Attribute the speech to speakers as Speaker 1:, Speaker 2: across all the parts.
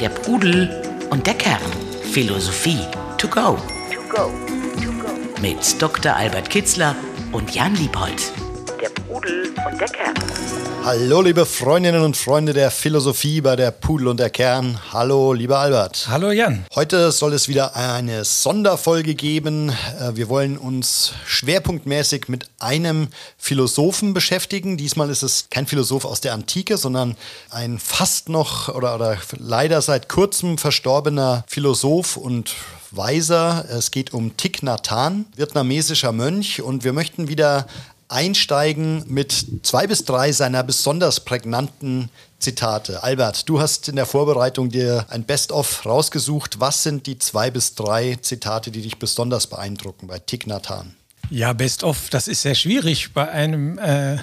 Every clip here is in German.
Speaker 1: Der Pudel und der Kern. Philosophie to go. Mit Dr. Albert Kitzler und Jan Liebold. Der Pudel und der Kern.
Speaker 2: Hallo, liebe Freundinnen und Freunde der Philosophie bei der Pudel und der Kern. Hallo, lieber Albert.
Speaker 3: Hallo Jan.
Speaker 2: Heute soll es wieder eine Sonderfolge geben. Äh, Wir wollen uns schwerpunktmäßig mit einem Philosophen beschäftigen. Diesmal ist es kein Philosoph aus der Antike, sondern ein fast noch oder, oder leider seit kurzem verstorbener Philosoph und Weiser. Es geht um Thich Nhat Hanh, vietnamesischer Mönch. Und wir möchten wieder einsteigen mit zwei bis drei seiner besonders prägnanten Zitate. Albert, du hast in der Vorbereitung dir ein Best-of rausgesucht. Was sind die zwei bis drei Zitate, die dich besonders beeindrucken bei Thich Nhat Hanh?
Speaker 3: Ja, best of, das ist sehr schwierig bei einem, äh, äh,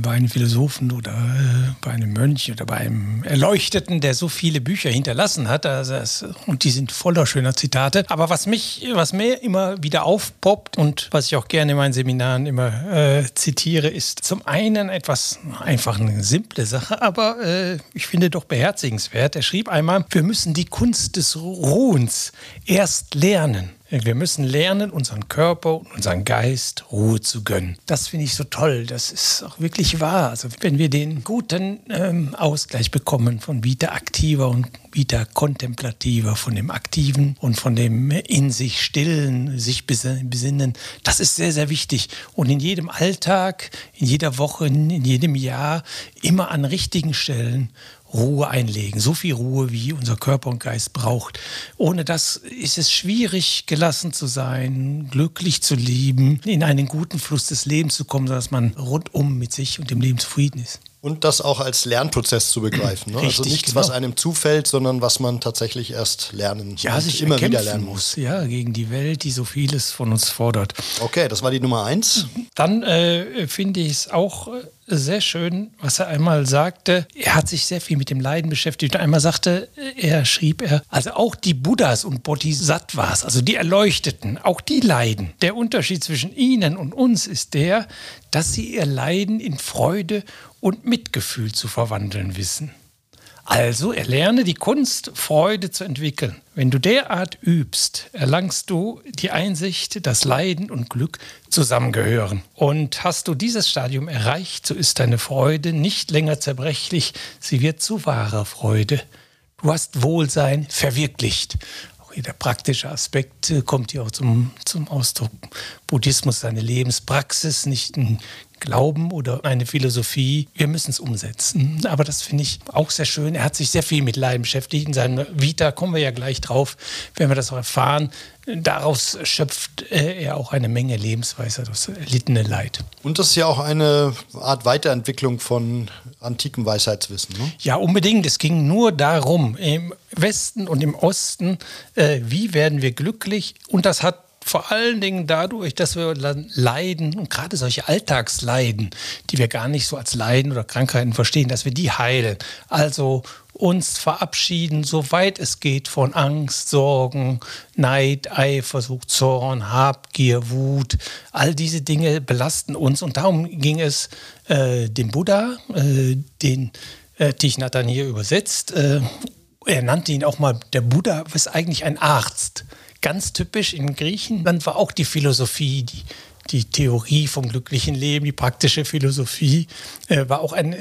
Speaker 3: bei einem Philosophen oder äh, bei einem Mönch oder bei einem Erleuchteten, der so viele Bücher hinterlassen hat. Also das, und die sind voller schöner Zitate. Aber was mich, was mir immer wieder aufpoppt und was ich auch gerne in meinen Seminaren immer äh, zitiere, ist zum einen etwas einfach eine simple Sache, aber äh, ich finde doch beherzigenswert. Er schrieb einmal, wir müssen die Kunst des Ruhens erst lernen. Wir müssen lernen, unseren Körper und unseren Geist Ruhe zu gönnen. Das finde ich so toll. Das ist auch wirklich wahr. Also wenn wir den guten ähm, Ausgleich bekommen von Vita Activa und Vita Contemplativa, von dem Aktiven und von dem in sich Stillen, sich bes- besinnen, das ist sehr, sehr wichtig. Und in jedem Alltag, in jeder Woche, in in jedem Jahr immer an richtigen Stellen Ruhe einlegen, so viel Ruhe, wie unser Körper und Geist braucht. Ohne das ist es schwierig, gelassen zu sein, glücklich zu lieben, in einen guten Fluss des Lebens zu kommen, sodass man rundum mit sich und dem Leben zufrieden ist.
Speaker 2: Und das auch als Lernprozess zu begreifen. Ne? also
Speaker 3: Richtig,
Speaker 2: nichts,
Speaker 3: genau.
Speaker 2: was einem zufällt, sondern was man tatsächlich erst lernen
Speaker 3: Ja,
Speaker 2: und
Speaker 3: sich
Speaker 2: immer wieder
Speaker 3: erkämpfen
Speaker 2: lernen muss.
Speaker 3: muss, ja, gegen die Welt, die so vieles von uns fordert.
Speaker 2: Okay, das war die Nummer eins.
Speaker 3: Dann äh, finde ich es auch äh, sehr schön, was er einmal sagte. Er hat sich sehr viel mit dem Leiden beschäftigt. Und einmal sagte äh, er, schrieb er, also auch die Buddhas und Bodhisattvas, also die Erleuchteten, auch die leiden. Der Unterschied zwischen ihnen und uns ist der, dass sie ihr Leiden in Freude und Mitgefühl zu verwandeln wissen. Also erlerne die Kunst, Freude zu entwickeln. Wenn du derart übst, erlangst du die Einsicht, dass Leiden und Glück zusammengehören. Und hast du dieses Stadium erreicht, so ist deine Freude nicht länger zerbrechlich, sie wird zu wahrer Freude. Du hast Wohlsein verwirklicht. Auch hier der praktische Aspekt äh, kommt hier auch zum, zum Ausdruck. Buddhismus ist eine Lebenspraxis, nicht ein Glauben oder eine Philosophie. Wir müssen es umsetzen. Aber das finde ich auch sehr schön. Er hat sich sehr viel mit Leiden beschäftigt. In seinem Vita kommen wir ja gleich drauf, wenn wir das auch erfahren. Daraus schöpft äh, er auch eine Menge Lebensweise, das erlittene Leid.
Speaker 2: Und das ist ja auch eine Art Weiterentwicklung von antikem Weisheitswissen. Ne?
Speaker 3: Ja, unbedingt. Es ging nur darum, im Westen und im Osten, äh, wie werden wir glücklich? Und das hat vor allen Dingen dadurch, dass wir dann Leiden und gerade solche Alltagsleiden, die wir gar nicht so als Leiden oder Krankheiten verstehen, dass wir die heilen. Also uns verabschieden, soweit es geht, von Angst, Sorgen, Neid, Eifersucht, Zorn, Habgier, Wut. All diese Dinge belasten uns und darum ging es äh, dem Buddha, äh, den äh, Thich Nhat Hanh hier übersetzt. Äh, er nannte ihn auch mal, der Buddha ist eigentlich ein Arzt. Ganz typisch in Griechenland war auch die Philosophie, die, die Theorie vom glücklichen Leben, die praktische Philosophie, äh, war auch eine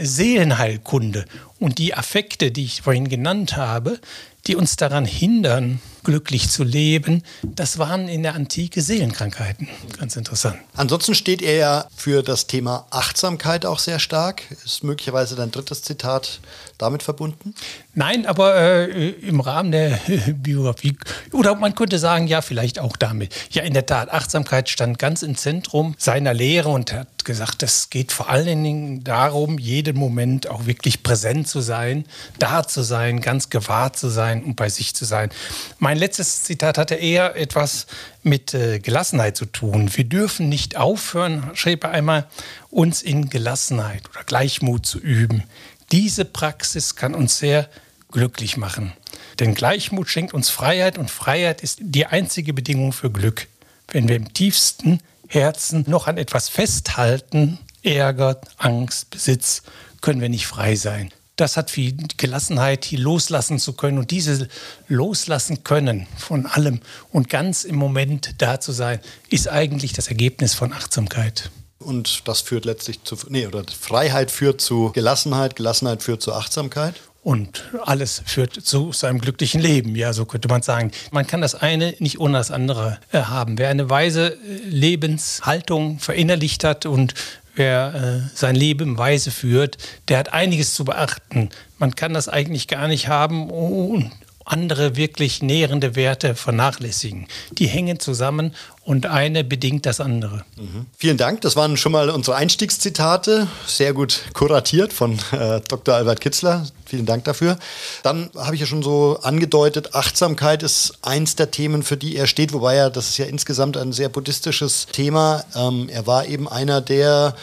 Speaker 3: Seelenheilkunde. Und die Affekte, die ich vorhin genannt habe, die uns daran hindern, glücklich zu leben, das waren in der Antike Seelenkrankheiten. Ganz interessant.
Speaker 2: Ansonsten steht er ja für das Thema Achtsamkeit auch sehr stark. Ist möglicherweise dein drittes Zitat damit verbunden?
Speaker 3: Nein, aber äh, im Rahmen der Biografie, oder man könnte sagen, ja, vielleicht auch damit. Ja, in der Tat, Achtsamkeit stand ganz im Zentrum seiner Lehre und er hat gesagt, es geht vor allen Dingen darum, jeden Moment auch wirklich präsent zu sein, da zu sein, ganz gewahrt zu sein und bei sich zu sein. Mein letztes Zitat hatte eher etwas mit äh, Gelassenheit zu tun. Wir dürfen nicht aufhören, schrieb er einmal, uns in Gelassenheit oder Gleichmut zu üben. Diese Praxis kann uns sehr glücklich machen. Denn Gleichmut schenkt uns Freiheit und Freiheit ist die einzige Bedingung für Glück. Wenn wir im tiefsten Herzen noch an etwas festhalten, Ärger, Angst, Besitz, können wir nicht frei sein. Das hat viel Gelassenheit, hier loslassen zu können und dieses Loslassen können von allem und ganz im Moment da zu sein, ist eigentlich das Ergebnis von Achtsamkeit.
Speaker 2: Und das führt letztlich zu, nee, oder Freiheit führt zu Gelassenheit, Gelassenheit führt zu Achtsamkeit.
Speaker 3: Und alles führt zu seinem glücklichen Leben, ja, so könnte man sagen. Man kann das eine nicht ohne das andere äh, haben. Wer eine weise äh, Lebenshaltung verinnerlicht hat und wer äh, sein Leben weise führt, der hat einiges zu beachten. Man kann das eigentlich gar nicht haben und andere wirklich nährende Werte vernachlässigen. Die hängen zusammen und eine bedingt das andere.
Speaker 2: Mhm. Vielen Dank, das waren schon mal unsere Einstiegszitate, sehr gut kuratiert von äh, Dr. Albert Kitzler. Vielen Dank dafür. Dann habe ich ja schon so angedeutet, Achtsamkeit ist eins der Themen, für die er steht, wobei er, das ist ja insgesamt ein sehr buddhistisches Thema. Ähm, er war eben einer der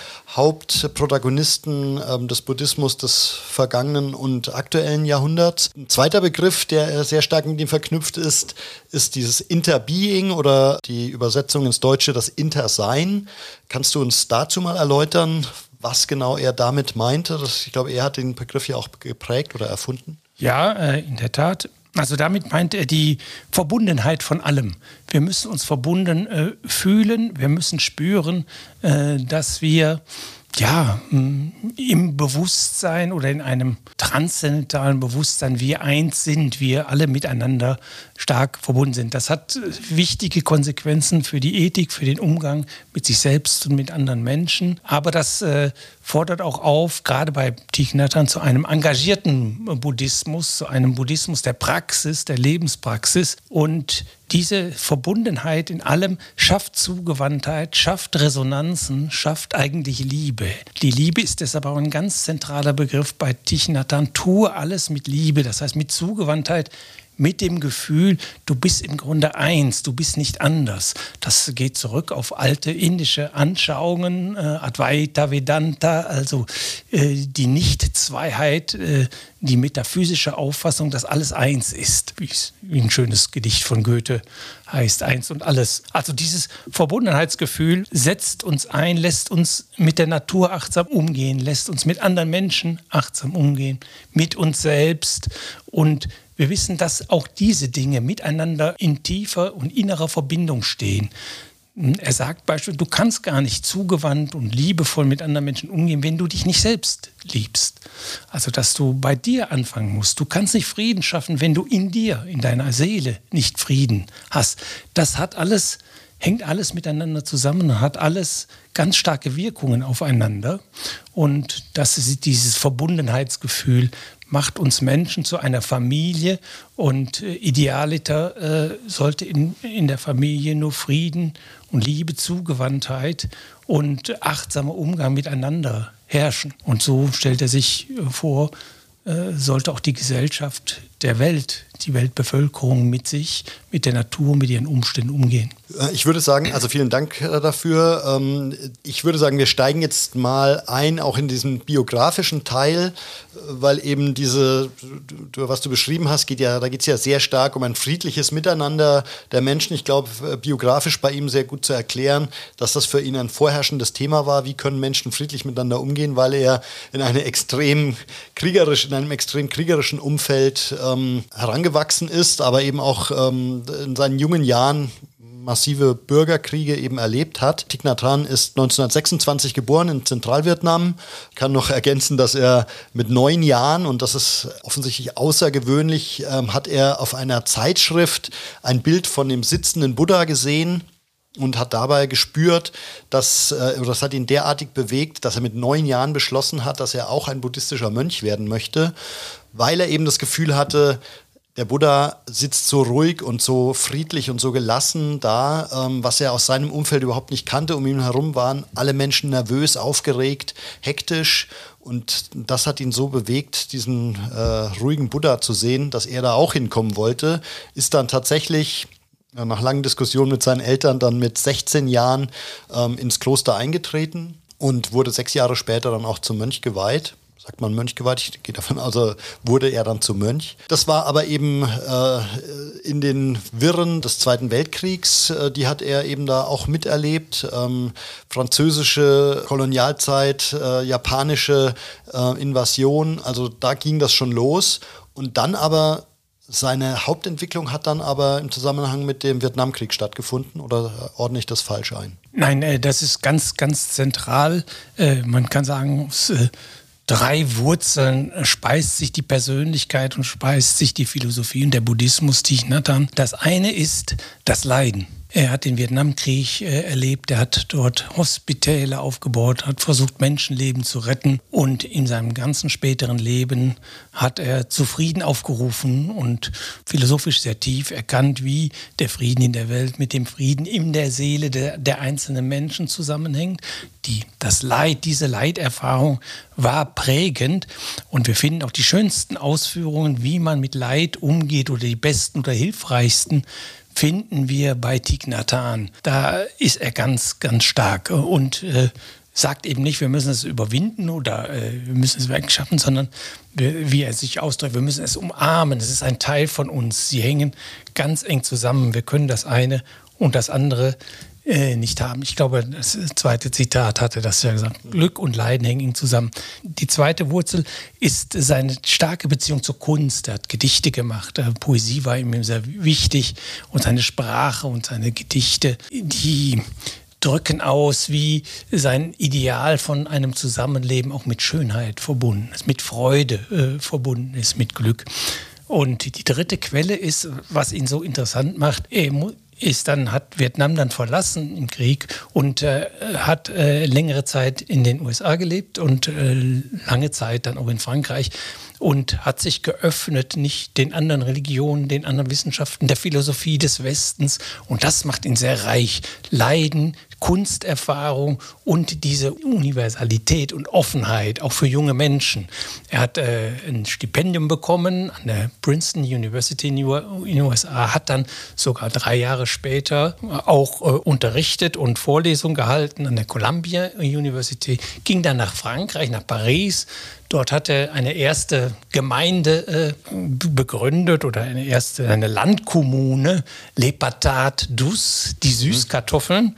Speaker 2: Hauptprotagonisten ähm, des Buddhismus des vergangenen und aktuellen Jahrhunderts. Ein zweiter Begriff, der äh, sehr stark mit ihm verknüpft ist, ist dieses Interbeing oder die Übersetzung ins Deutsche das Intersein. Kannst du uns dazu mal erläutern, was genau er damit meinte? Das, ich glaube, er hat den Begriff ja auch geprägt oder erfunden.
Speaker 3: Ja, äh, in der Tat. Also damit meint er die Verbundenheit von allem. Wir müssen uns verbunden äh, fühlen, wir müssen spüren, äh, dass wir ja, im Bewusstsein oder in einem transzendentalen Bewusstsein wir eins sind, wir alle miteinander stark verbunden sind. Das hat äh, wichtige Konsequenzen für die Ethik, für den Umgang mit sich selbst und mit anderen Menschen. Aber das äh, fordert auch auf, gerade bei Thich zu einem engagierten Buddhismus, zu einem Buddhismus der Praxis, der Lebenspraxis. Und diese Verbundenheit in allem schafft Zugewandtheit, schafft Resonanzen, schafft eigentlich Liebe. Die Liebe ist deshalb auch ein ganz zentraler Begriff bei Thich Tue alles mit Liebe, das heißt mit Zugewandtheit mit dem Gefühl, du bist im Grunde eins, du bist nicht anders. Das geht zurück auf alte indische Anschauungen, äh, Advaita Vedanta, also äh, die Nicht-Zweiheit, äh, die metaphysische Auffassung, dass alles eins ist, wie ein schönes Gedicht von Goethe heißt, eins und alles. Also dieses Verbundenheitsgefühl setzt uns ein, lässt uns mit der Natur achtsam umgehen, lässt uns mit anderen Menschen achtsam umgehen, mit uns selbst und wir wissen, dass auch diese Dinge miteinander in tiefer und innerer Verbindung stehen. Hm, Er sagt beispielsweise, du kannst gar nicht zugewandt und liebevoll mit anderen Menschen umgehen, wenn du dich nicht selbst liebst. Also, dass du bei dir anfangen musst. Du kannst nicht Frieden schaffen, wenn du in dir, in deiner Seele nicht Frieden hast. Das hat alles, hängt alles miteinander zusammen, hat alles ganz starke Wirkungen aufeinander. Und das ist dieses Verbundenheitsgefühl, macht uns Menschen zu einer Familie und äh, idealiter äh, sollte in, in der Familie nur Frieden und Liebe, Zugewandtheit und achtsamer Umgang miteinander herrschen. Und so stellt er sich äh, vor, äh, sollte auch die Gesellschaft der Welt, die Weltbevölkerung mit sich, mit der Natur, mit ihren Umständen umgehen.
Speaker 2: Ich würde sagen, also vielen Dank dafür. Ähm, Ich würde sagen, wir steigen jetzt mal ein, auch in diesen biografischen Teil, äh, weil eben diese, was du beschrieben hast, geht ja, da geht es ja sehr stark um ein friedliches Miteinander der Menschen. Ich glaube, äh, biografisch bei ihm sehr gut zu erklären, dass das für ihn ein vorherrschendes Thema war. Wie können Menschen friedlich miteinander umgehen, weil er in eine extrem kriegerisch, in einem extrem kriegerischen Umfeld ähm, herangewachsen ist, aber eben auch ähm, in seinen jungen Jahren massive Bürgerkriege eben erlebt hat. Thich Nhat Hanh ist 1926 geboren in Zentralvietnam. Ich kann noch ergänzen, dass er mit neun Jahren, und das ist offensichtlich außergewöhnlich, ähm, hat er auf einer Zeitschrift ein Bild von dem sitzenden Buddha gesehen und hat dabei gespürt, dass äh, das hat ihn derartig bewegt, dass er mit neun Jahren beschlossen hat, dass er auch ein buddhistischer Mönch werden möchte, weil er eben das Gefühl hatte, der Buddha sitzt so ruhig und so friedlich und so gelassen da, ähm, was er aus seinem Umfeld überhaupt nicht kannte. Um ihn herum waren alle Menschen nervös, aufgeregt, hektisch. Und das hat ihn so bewegt, diesen äh, ruhigen Buddha zu sehen, dass er da auch hinkommen wollte. Ist dann tatsächlich nach langen Diskussionen mit seinen Eltern dann mit 16 Jahren ähm, ins Kloster eingetreten und wurde sechs Jahre später dann auch zum Mönch geweiht. sagt man Mönch geweiht, ich gehe davon aus, also wurde er dann zum Mönch. Das war aber eben äh, in den Wirren des Zweiten Weltkriegs, äh, die hat er eben da auch miterlebt. Ähm, französische Kolonialzeit, äh, japanische äh, Invasion, also da ging das schon los. Und dann aber seine Hauptentwicklung hat dann aber im Zusammenhang mit dem Vietnamkrieg stattgefunden oder äh, ordne ich das falsch ein?
Speaker 3: Nein, äh, das ist ganz, ganz zentral. Äh, man kann sagen, aus äh, drei Wurzeln äh, speist sich die Persönlichkeit und speist sich die Philosophie und der Buddhismus Thich Nhat Hanh. Das eine ist das Leiden. Er hat den Vietnamkrieg äh, erlebt, er hat dort Hospitäle aufgebaut, hat versucht, Menschenleben zu retten und in seinem ganzen späteren Leben hat er zu Frieden aufgerufen und philosophisch sehr tief erkannt, wie der Frieden in der Welt mit dem Frieden in der Seele der, der einzelnen Menschen zusammenhängt. Die, das Leid, diese Leiterfahrung war prägend und wir finden auch die schönsten Ausführungen, wie man mit Leid umgeht oder die besten oder hilfreichsten finden wir bei Tignatan. Da ist er ganz, ganz stark und äh, sagt eben nicht, wir müssen es überwinden oder äh, wir müssen es wegschaffen, sondern wir, wie er sich ausdrückt, wir müssen es umarmen. Es ist ein Teil von uns. Sie hängen ganz eng zusammen. Wir können das eine und das andere äh, nicht haben. Ich glaube, das zweite Zitat hatte das ja gesagt. Glück und Leiden hängen zusammen. Die zweite Wurzel ist seine starke Beziehung zur Kunst. Er hat Gedichte gemacht, äh, Poesie war ihm sehr wichtig und seine Sprache und seine Gedichte, die drücken aus, wie sein Ideal von einem Zusammenleben auch mit Schönheit verbunden ist, mit Freude äh, verbunden ist, mit Glück. Und die dritte Quelle ist, was ihn so interessant macht, er ist dann, hat Vietnam dann verlassen im Krieg und äh, hat äh, längere Zeit in den USA gelebt und äh, lange Zeit dann auch in Frankreich und hat sich geöffnet, nicht den anderen Religionen, den anderen Wissenschaften, der Philosophie des Westens. Und das macht ihn sehr reich. Leiden, Kunsterfahrung und diese Universalität und Offenheit, auch für junge Menschen. Er hat äh, ein Stipendium bekommen an der Princeton University in den USA, hat dann sogar drei Jahre später auch äh, unterrichtet und Vorlesungen gehalten an der Columbia University, ging dann nach Frankreich, nach Paris, Dort hat er eine erste Gemeinde äh, begründet oder eine erste eine Landkommune, Les Patates Douces, die Süßkartoffeln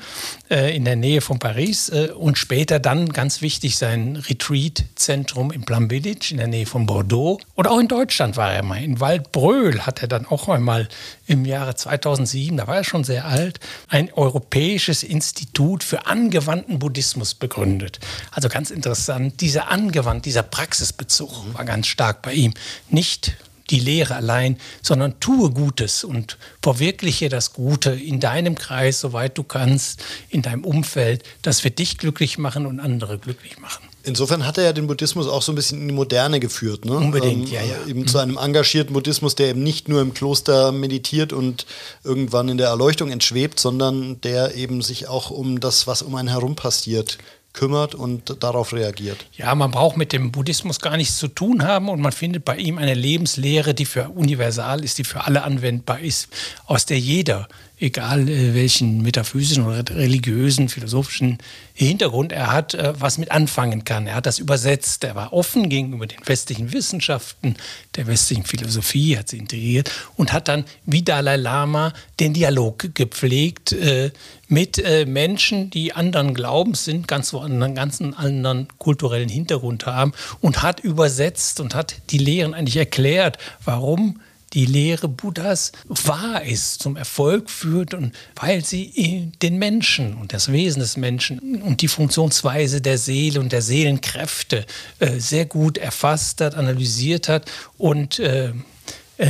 Speaker 3: äh, in der Nähe von Paris äh, und später dann ganz wichtig sein Retreat-Zentrum im Plum Village in der Nähe von Bordeaux. Oder auch in Deutschland war er mal. In Waldbröl hat er dann auch einmal im Jahre 2007, da war er schon sehr alt, ein europäisches Institut für angewandten Buddhismus begründet. Also ganz interessant, dieser angewandt, dieser Praxisbezug war ganz stark bei ihm. Nicht die Lehre allein, sondern tue Gutes und verwirkliche das Gute in deinem Kreis, soweit du kannst, in deinem Umfeld. Das wird dich glücklich machen und andere glücklich machen.
Speaker 2: Insofern hat er ja den Buddhismus auch so ein bisschen in die Moderne geführt. Ne?
Speaker 3: Unbedingt, ja, ja. Mhm.
Speaker 2: Eben zu einem engagierten Buddhismus, der eben nicht nur im Kloster meditiert und irgendwann in der Erleuchtung entschwebt, sondern der eben sich auch um das, was um einen herum passiert, kümmert und darauf reagiert.
Speaker 3: Ja, man braucht mit dem Buddhismus gar nichts zu tun haben und man findet bei ihm eine Lebenslehre, die für universal ist, die für alle anwendbar ist, aus der jeder, egal äh, welchen metaphysischen oder religiösen, philosophischen Hintergrund er hat, äh, was mit anfangen kann. Er hat das übersetzt, er war offen gegenüber den westlichen Wissenschaften, der westlichen Philosophie, hat sie integriert und hat dann wie Dalai Lama den Dialog gepflegt äh, mit äh, Menschen, die anderen Glaubens sind, ganz woanders, ganzen anderen kulturellen Hintergrund haben und hat übersetzt und hat die Lehren eigentlich erklärt, warum die Lehre Buddhas wahr ist, zum Erfolg führt und weil sie den Menschen und das Wesen des Menschen und die Funktionsweise der Seele und der Seelenkräfte äh, sehr gut erfasst hat, analysiert hat und äh,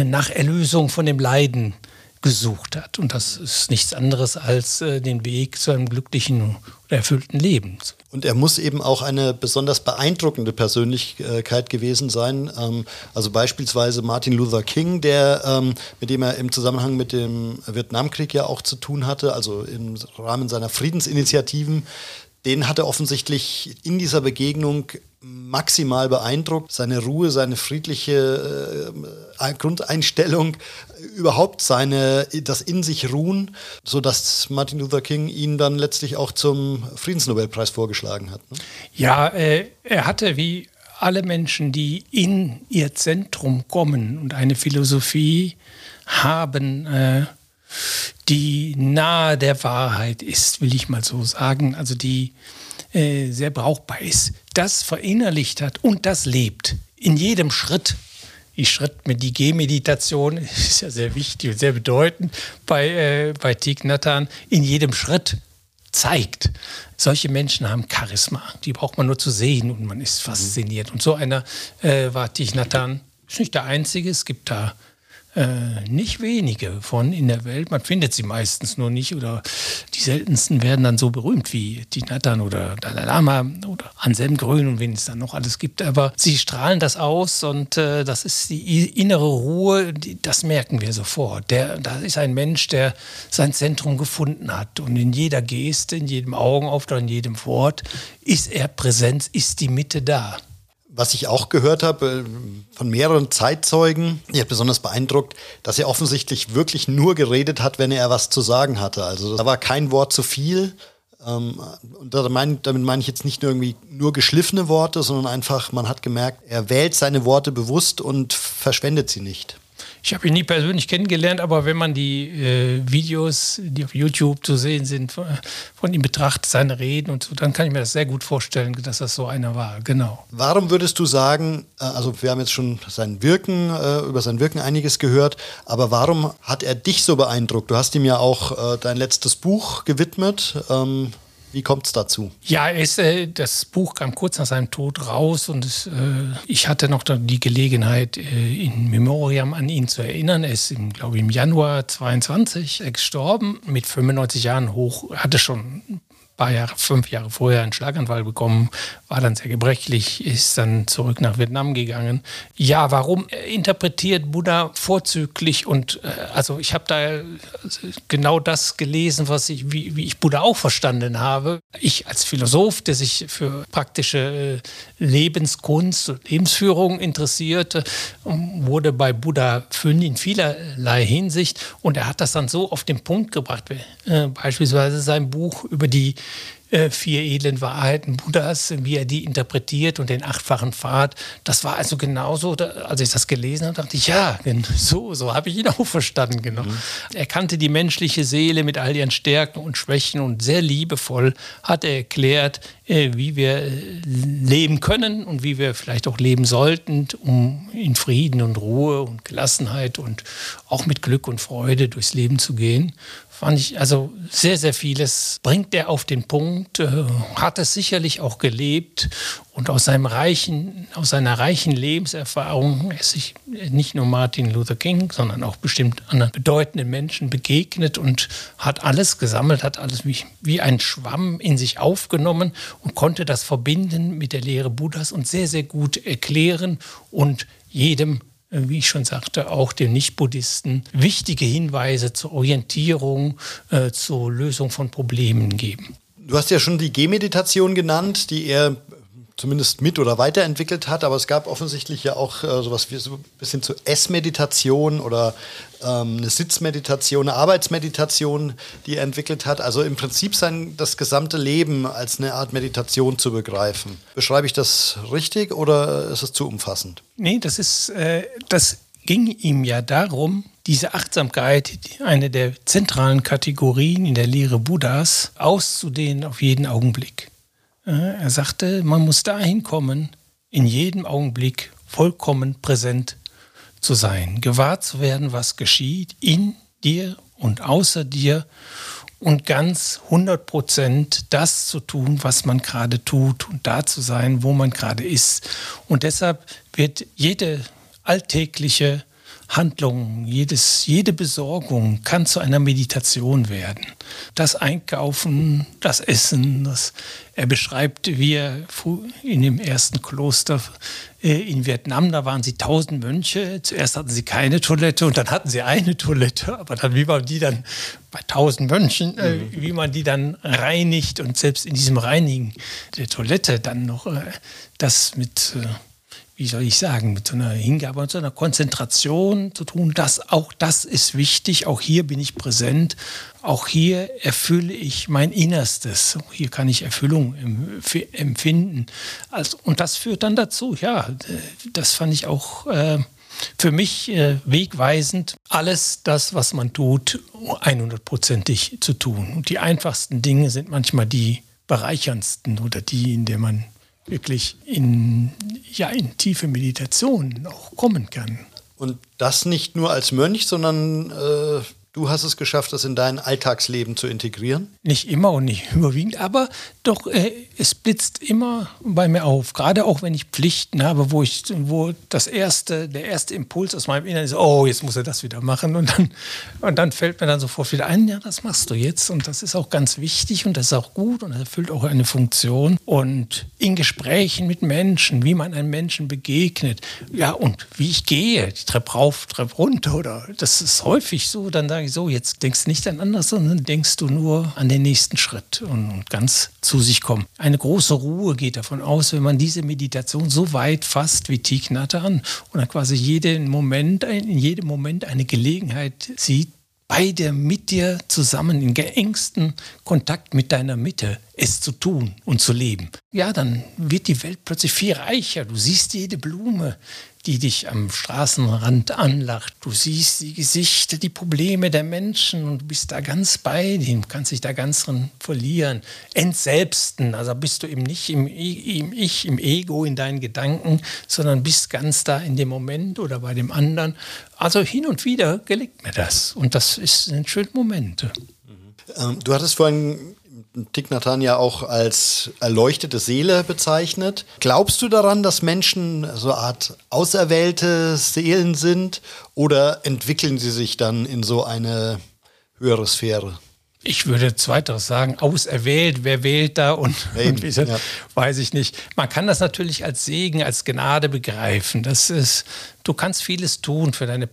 Speaker 3: nach Erlösung von dem Leiden gesucht hat. Und das ist nichts anderes als äh, den Weg zu einem glücklichen oder erfüllten Leben.
Speaker 2: Und er muss eben auch eine besonders beeindruckende Persönlichkeit gewesen sein. Ähm, also beispielsweise Martin Luther King, der, ähm, mit dem er im Zusammenhang mit dem Vietnamkrieg ja auch zu tun hatte, also im Rahmen seiner Friedensinitiativen, den hat er offensichtlich in dieser Begegnung maximal beeindruckt. Seine Ruhe, seine friedliche äh, Grundeinstellung, überhaupt seine, das in sich ruhen, sodass Martin Luther King ihn dann letztlich auch zum Friedensnobelpreis vorgeschlagen hat. Ne?
Speaker 3: Ja, äh, er hatte wie alle Menschen, die in ihr Zentrum kommen und eine Philosophie haben, äh, die nahe der Wahrheit ist, will ich mal so sagen, also die äh, sehr brauchbar ist, das verinnerlicht hat und das lebt in jedem Schritt. Die Schritt mit die G-Meditation ist ja sehr wichtig und sehr bedeutend bei, äh, bei Thich Nathan. In jedem Schritt zeigt. Solche Menschen haben Charisma. Die braucht man nur zu sehen und man ist fasziniert. Und so einer äh, war Thich Nathan. Ist nicht der einzige. Es gibt da äh, nicht wenige von in der Welt. Man findet sie meistens nur nicht oder die seltensten werden dann so berühmt wie Thich Nathan oder Dalai Lama oder Anselm Grün und wen es dann noch alles gibt. Aber sie strahlen das aus und äh, das ist die innere Ruhe, die, das merken wir sofort. Der, das ist ein Mensch, der sein Zentrum gefunden hat und in jeder Geste, in jedem Augenauftrag, in jedem Wort ist er präsent, ist die Mitte da.
Speaker 2: Was ich auch gehört habe äh, von mehreren Zeitzeugen, die hat besonders beeindruckt, dass er offensichtlich wirklich nur geredet hat, wenn er was zu sagen hatte. Also da war kein Wort zu viel. Ähm, und da mein, damit meine ich jetzt nicht nur irgendwie nur geschliffene Worte, sondern einfach, man hat gemerkt, er wählt seine Worte bewusst und verschwendet sie nicht.
Speaker 3: Ich habe ihn nie persönlich kennengelernt, aber wenn man die äh, Videos, die auf YouTube zu sehen sind, von, von ihm betrachtet, seine Reden und so, dann kann ich mir das sehr gut vorstellen, dass das so einer war. Genau.
Speaker 2: Warum würdest du sagen, äh, also wir haben jetzt schon sein Wirken, äh, über sein Wirken einiges gehört, aber warum hat er dich so beeindruckt? Du hast ihm ja auch äh, dein letztes Buch gewidmet. Ähm, wie kommt es dazu?
Speaker 3: Ja, es, das Buch kam kurz nach seinem Tod raus und es, äh, ich hatte noch die Gelegenheit, äh, in Memoriam an ihn zu erinnern. Er ist, im, glaube ich, im Januar 22 gestorben, mit 95 Jahren hoch, hatte schon ein paar Jahre, fünf Jahre vorher einen Schlaganfall bekommen, war dann sehr gebrechlich, ist dann zurück nach Vietnam gegangen. Ja, warum interpretiert Buddha vorzüglich und also ich habe da genau das gelesen, was ich, wie, wie ich Buddha auch verstanden habe. Ich als Philosoph, der sich für praktische äh, Lebenskunst und Lebensführung interessierte, ähm, wurde bei Buddha fündig in vielerlei Hinsicht und er hat das dann so auf den Punkt gebracht, äh, beispielsweise sein Buch über die Äh, vier edlen Wahrheiten Buddhas, wie er die interpretiert und den achtfachen Pfad. Das war also genauso, als ich das gelesen habe, dachte ich, ja, so, so habe ich ihn auch verstanden. Genau. Mhm. Er kannte die menschliche Seele mit all ihren Stärken und Schwächen und sehr liebevoll hat er erklärt, äh, wie wir leben können und wie wir vielleicht auch leben sollten, um in Frieden und Ruhe und Gelassenheit und auch mit Glück und Freude durchs Leben zu gehen fand ich also sehr, sehr vieles bringt er auf den Punkt, äh, hat es sicherlich auch gelebt und aus seinem reichen, aus seiner reichen Lebenserfahrung ist sich nicht nur Martin Luther King, sondern auch bestimmt anderen bedeutenden Menschen begegnet und hat alles gesammelt, hat alles wie, wie ein Schwamm in sich aufgenommen und konnte das verbinden mit der Lehre Buddhas und sehr, sehr gut erklären und jedem Äh, wie ich schon sagte, auch den Nicht-Buddhisten wichtige Hinweise zur Orientierung, äh, zur Lösung von Problemen geben.
Speaker 2: Du hast ja schon die G-Meditation genannt, die er äh, zumindest mit oder weiterentwickelt hat, aber es gab offensichtlich ja auch äh, sowas wie so ein bisschen zur Essmeditation oder ähm, eine Sitzmeditation, eine Arbeitsmeditation, die er entwickelt hat. Also im Prinzip sein das gesamte Leben als eine Art Meditation zu begreifen. Beschreibe ich das richtig oder ist es zu umfassend?
Speaker 3: Nee, das ist äh, das ging ihm ja darum, diese Achtsamkeit, eine der zentralen Kategorien in der Lehre Buddhas, auszudehnen auf jeden Augenblick. Äh, Er sagte, man muss dahin kommen, in jedem Augenblick vollkommen präsent zu sein, gewahr zu werden, was geschieht in dir und außer dir und ganz 100 Prozent das zu tun, was man gerade tut und da zu sein, wo man gerade ist. Und deshalb wird jede alltägliche Handlungen, jedes, jede Besorgung kann zu einer Meditation werden. Das Einkaufen, das Essen, das, er beschreibt, wie er in dem ersten Kloster äh, in Vietnam, da waren sie tausend Mönche. Zuerst hatten sie keine Toilette und dann hatten sie eine Toilette. Aber dann, wie man die dann bei tausend Mönchen, mhm. wie man die dann reinigt und selbst in diesem Reinigen der Toilette dann noch das äh, mit äh, wie soll ich sagen, mit so einer Hingabe und so einer Konzentration zu tun. Das, auch das ist wichtig. Auch hier bin ich präsent. Auch hier erfülle ich mein Innerstes. Auch hier kann ich Erfüllung empf- empfinden. Also, und das führt dann dazu. Ja, das fand ich auch. Äh, für mich äh, wegweisend, alles das, was man tut, 100%ig zu tun. Und die einfachsten Dinge sind manchmal die bereicherndsten oder die, in der man wirklich in, ja, in tiefe Meditationen auch kommen kann.
Speaker 2: Und das nicht nur als Mönch, sondern äh, du hast es geschafft, das in dein Alltagsleben zu integrieren?
Speaker 3: Nicht immer und nicht überwiegend, aber doch, äh, es blitzt immer bei mir auf. Gerade auch wenn ich Pflichten habe, wo ich, wo das erste, der erste Impuls aus meinem Inneren ist, oh, jetzt muss er das wieder machen. Und dann, und dann fällt mir dann sofort wieder ein, ja, das machst du jetzt. Und das ist auch ganz wichtig und das ist auch gut und das erfüllt auch eine Funktion. Und in Gesprächen mit Menschen, wie man einem Menschen begegnet, ja, und wie ich gehe, die Treppe rauf, Treppe runter, oder das ist häufig so, dann da so, jetzt denkst du nicht an anders, sondern denkst du nur an den nächsten Schritt und, und, ganz zu sich kommen. Eine große Ruhe geht davon aus, wenn man diese Meditation so weit fasst wie Thich Nhat Hanh und dann quasi jeden Moment, in jedem Moment eine Gelegenheit sieht, bei dir, mit dir zusammen in engsten Kontakt mit deiner Mitte es zu tun und zu leben. Ja, dann wird die Welt plötzlich viel reicher. Du siehst jede Blume, die dich am Straßenrand anlacht. Du siehst die Gesichter, die Probleme der Menschen und du bist da ganz bei denen, du kannst dich da ganz drin verlieren. Entselbsten, also bist du eben nicht im, im Ich, im Ego, in deinen Gedanken, sondern bist ganz da in dem Moment oder bei dem anderen. Also hin und wieder gelingt mir das und das ist, sind schöne Momente.
Speaker 2: Mhm. Ähm, du hattest vorhin Thich Nathan ja auch als erleuchtete Seele bezeichnet. Glaubst du daran, dass Menschen so eine Art auserwählte Seelen sind oder entwickeln sie sich dann in so eine höhere Sphäre?
Speaker 3: Ich würde zweiteres sagen, auserwählt, wer wählt da und, Eben, und wie, ja. weiß ich nicht. Man kann das natürlich als Segen, als Gnade begreifen. Das ist, du kannst vieles tun für deine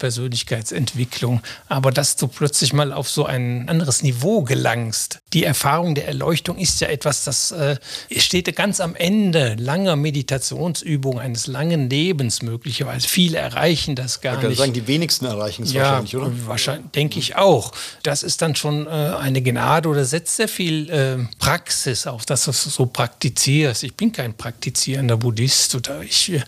Speaker 3: Persönlichkeitsentwicklung, aber dass du plötzlich mal auf so ein anderes Niveau gelangst. Die Erfahrung der Erleuchtung ist ja etwas, das äh, steht ganz am Ende langer Meditationsübung eines langen Lebens möglicherweise. Viele erreichen das gar ich nicht. Ich
Speaker 2: sagen, die wenigsten erreichen es ja, wahrscheinlich, oder?
Speaker 3: äh, Wahrscheinlich, denke ich auch. Das ist dann schon äh, eine eine Gnade oder setzt sehr viel äh, Praxis auf, dass du es so praktizierst. Ich bin kein praktizierender Buddhist oder ich äh,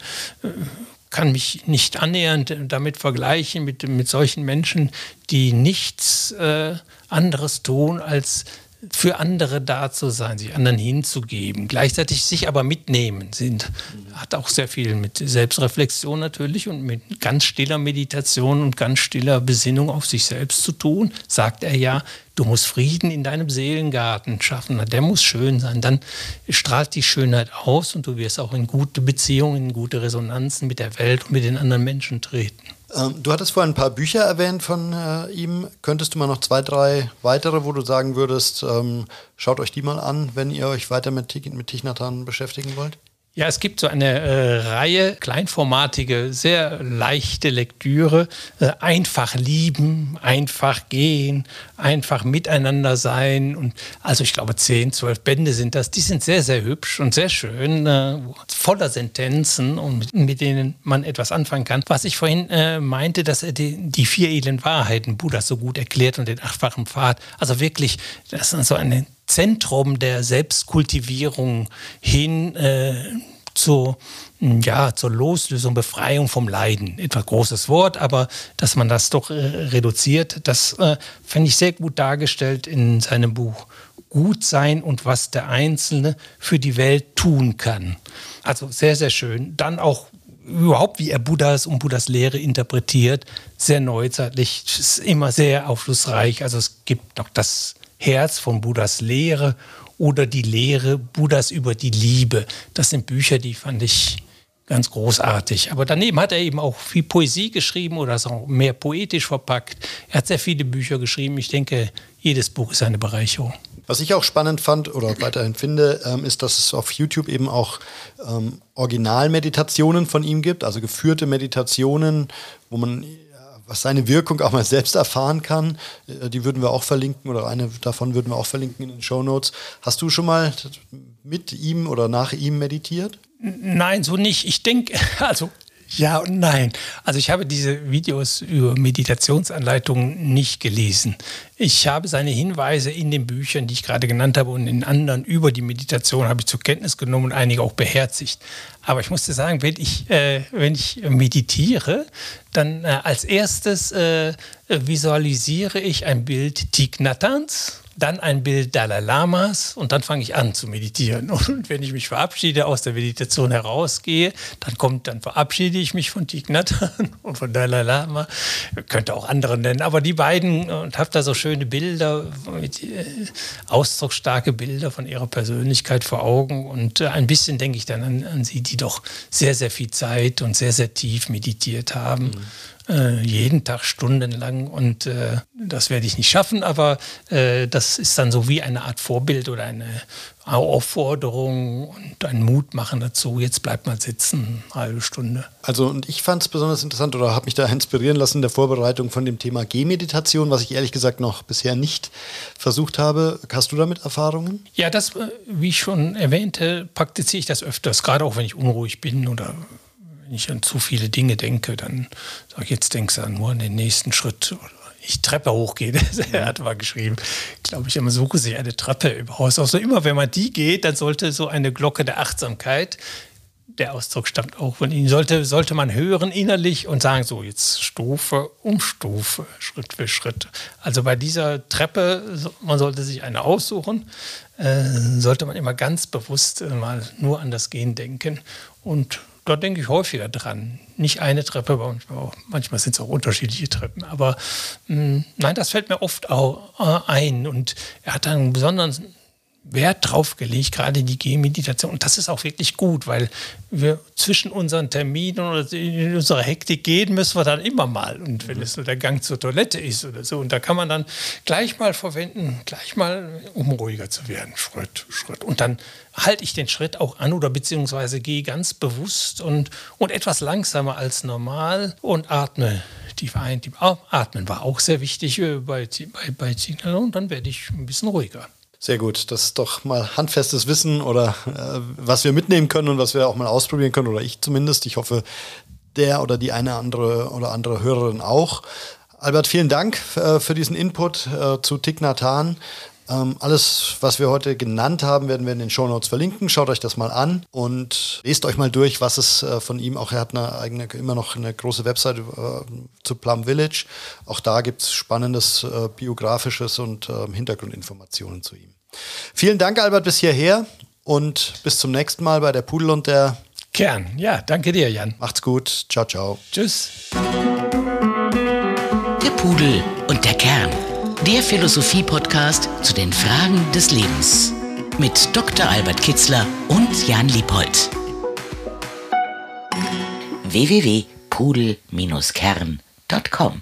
Speaker 3: kann mich nicht annähernd damit vergleichen mit, mit solchen Menschen, die nichts äh, anderes tun, als für andere da zu sein, sich anderen hinzugeben, gleichzeitig sich aber mitnehmen, sind, hat auch sehr viel mit Selbstreflexion natürlich und mit ganz stiller Meditation und ganz stiller Besinnung auf sich selbst zu tun, sagt er ja, du musst Frieden in deinem Seelengarten schaffen, der muss schön sein, dann strahlt die Schönheit aus und du wirst auch in gute Beziehungen, in gute Resonanzen mit der Welt und mit den anderen Menschen treten
Speaker 2: Ähm, du hattest vorhin ein paar Bücher erwähnt von äh, ihm. Könntest du mal noch zwei, drei weitere, wo du sagen würdest, ähm, schaut euch die mal an, wenn ihr euch weiter mit, T- mit Tichnatan beschäftigen wollt?
Speaker 3: Ja, es gibt so eine äh, Reihe kleinformatige, sehr leichte Lektüre. Äh, einfach lieben, einfach gehen, einfach miteinander sein. Und also ich glaube, zehn, zwölf Bände sind das. Die sind sehr, sehr hübsch und sehr schön, äh, voller Sentenzen und mit, mit, denen man etwas anfangen kann. Was ich vorhin äh, meinte, dass er die, die vier edlen Wahrheiten Buddhas so gut erklärt und den achtfachen Pfad. Also wirklich, das ist so eine Zentrum der Selbstkultivierung hin äh, zur, ja, zur Loslösung, Befreiung vom Leiden. Etwas großes Wort, aber dass man das doch äh, reduziert, das äh, fände ich sehr gut dargestellt in seinem Buch. Gut sein und was der Einzelne für die Welt tun kann. Also sehr, sehr schön. Dann auch überhaupt, wie er Buddhas und Buddhas Lehre interpretiert, sehr neuzeitlich, ist immer sehr aufschlussreich. Also es gibt noch das Herz von Buddhas Lehre oder die Lehre Buddhas über die Liebe. Das sind Bücher, die fand ich ganz großartig. Aber daneben hat er eben auch viel Poesie geschrieben oder ist auch mehr poetisch verpackt. Er hat sehr viele Bücher geschrieben. Ich denke, jedes Buch ist eine Bereicherung.
Speaker 2: Was ich auch spannend fand oder weiterhin finde, ähm, ist, dass es auf YouTube eben auch ähm, Originalmeditationen von ihm gibt, also geführte Meditationen, wo man äh, was seine Wirkung auch mal selbst erfahren kann. Äh, Die würden wir auch verlinken oder eine davon würden wir auch verlinken in den Show Notes. Hast du schon mal mit ihm oder nach ihm meditiert?
Speaker 3: Nein, so nicht. Ich denke, also ja und nein. Also ich habe diese Videos über Meditationsanleitungen nicht gelesen. Ich habe seine Hinweise in den Büchern, die ich gerade genannt habe und in anderen über die Meditation habe ich zur Kenntnis genommen und einige auch beherzigt. Aber ich musste sagen, wenn ich, äh, wenn ich meditiere, dann äh, als erstes äh, visualisiere ich ein Bild Thich Nathans dann ein Bild Dalai Lamas und dann fange ich an zu meditieren. Und wenn ich mich verabschiede, aus der Meditation herausgehe, dann kommt, dann verabschiede ich mich von Thich Nhat Hanh und von Dalai Lama. Ich könnte auch andere nennen, aber die beiden äh, und habe da so schöne Bilder, mit, äh, ausdrucksstarke Bilder von ihrer Persönlichkeit vor Augen. Und äh, ein bisschen denke ich dann an, an, sie, die doch sehr, sehr viel Zeit und sehr, sehr tief meditiert haben. Mhm jeden Tag stundenlang und äh, das werde ich nicht schaffen, aber äh, das ist dann so wie eine Art Vorbild oder eine Aufforderung und ein Mut machen dazu, jetzt bleibt mal sitzen, eine halbe Stunde.
Speaker 2: Also und ich fand es besonders interessant oder habe mich da inspirieren lassen in der Vorbereitung von dem Thema Gehmeditation, was ich ehrlich gesagt noch bisher nicht versucht habe. Hast du damit Erfahrungen?
Speaker 3: Ja, das, äh, wie ich schon erwähnte, praktiziere ich das öfters, gerade auch wenn ich unruhig bin oder wenn ich an zu viele Dinge denke, dann sage ich, jetzt denkst du nur an den nächsten Schritt. Oder ich Treppe hochgehe. er hat mal geschrieben, glaube ich, immer suche sich eine Treppe im Haus aus. Also immer wenn man die geht, dann sollte so eine Glocke der Achtsamkeit, der Ausdruck stammt auch von Ihnen, sollte, sollte man hören innerlich und sagen, so jetzt Stufe um Stufe, Schritt für Schritt. Also bei dieser Treppe, man sollte sich eine aussuchen, äh, sollte man immer ganz bewusst äh, mal nur an das Gehen denken und da denke ich häufiger dran. Nicht eine Treppe, manchmal, manchmal sind es auch unterschiedliche Treppen. Aber mh, nein, das fällt mir oft auch ein. Und er hat einen besonderen Wert drauf gelegt, gerade die Gehmeditation. Und das ist auch wirklich gut, weil wir zwischen unseren Terminen oder in unserer Hektik gehen, müssen wir dann immer mal. Und wenn es nur der Gang zur Toilette ist oder so. Und da kann man dann gleich mal verwenden, gleich mal, um ruhiger zu werden. Schritt, Schritt. Und dann halte ich den Schritt auch an oder beziehungsweise gehe ganz bewusst und, und etwas langsamer als normal und atme tief ein, tief auf. Atmen war auch sehr wichtig äh, bei, bei, bei Signal und dann werde ich ein bisschen ruhiger.
Speaker 2: Sehr gut, das ist doch mal handfestes Wissen oder äh, was wir mitnehmen können und was wir auch mal ausprobieren können oder ich zumindest. Ich hoffe, der oder die eine andere oder andere Hörerin auch. Albert, vielen Dank äh, für diesen Input äh, zu Thich Nhat Hanh. Ähm, alles, was wir heute genannt haben, werden wir in den Shownotes verlinken. Schaut euch das mal an und lest euch mal durch, was es äh, von ihm auch. Er hat eine eigene, immer noch eine große Webseite äh, zu Plum Village. Auch da gibt es spannendes äh, biografisches und ähm, Hintergrundinformationen zu ihm. Vielen Dank, Albert, bis hierher und bis zum nächsten Mal bei der Pudel und der
Speaker 3: Kern. Ja, danke dir, Jan.
Speaker 2: Macht's gut. Ciao, ciao.
Speaker 3: Tschüss.
Speaker 1: Der Pudel und der Kern. Der Philosophie-Podcast zu den Fragen des Lebens. Mit Dr. Albert Kitzler und Jan Liebold. www.pudel-kern.com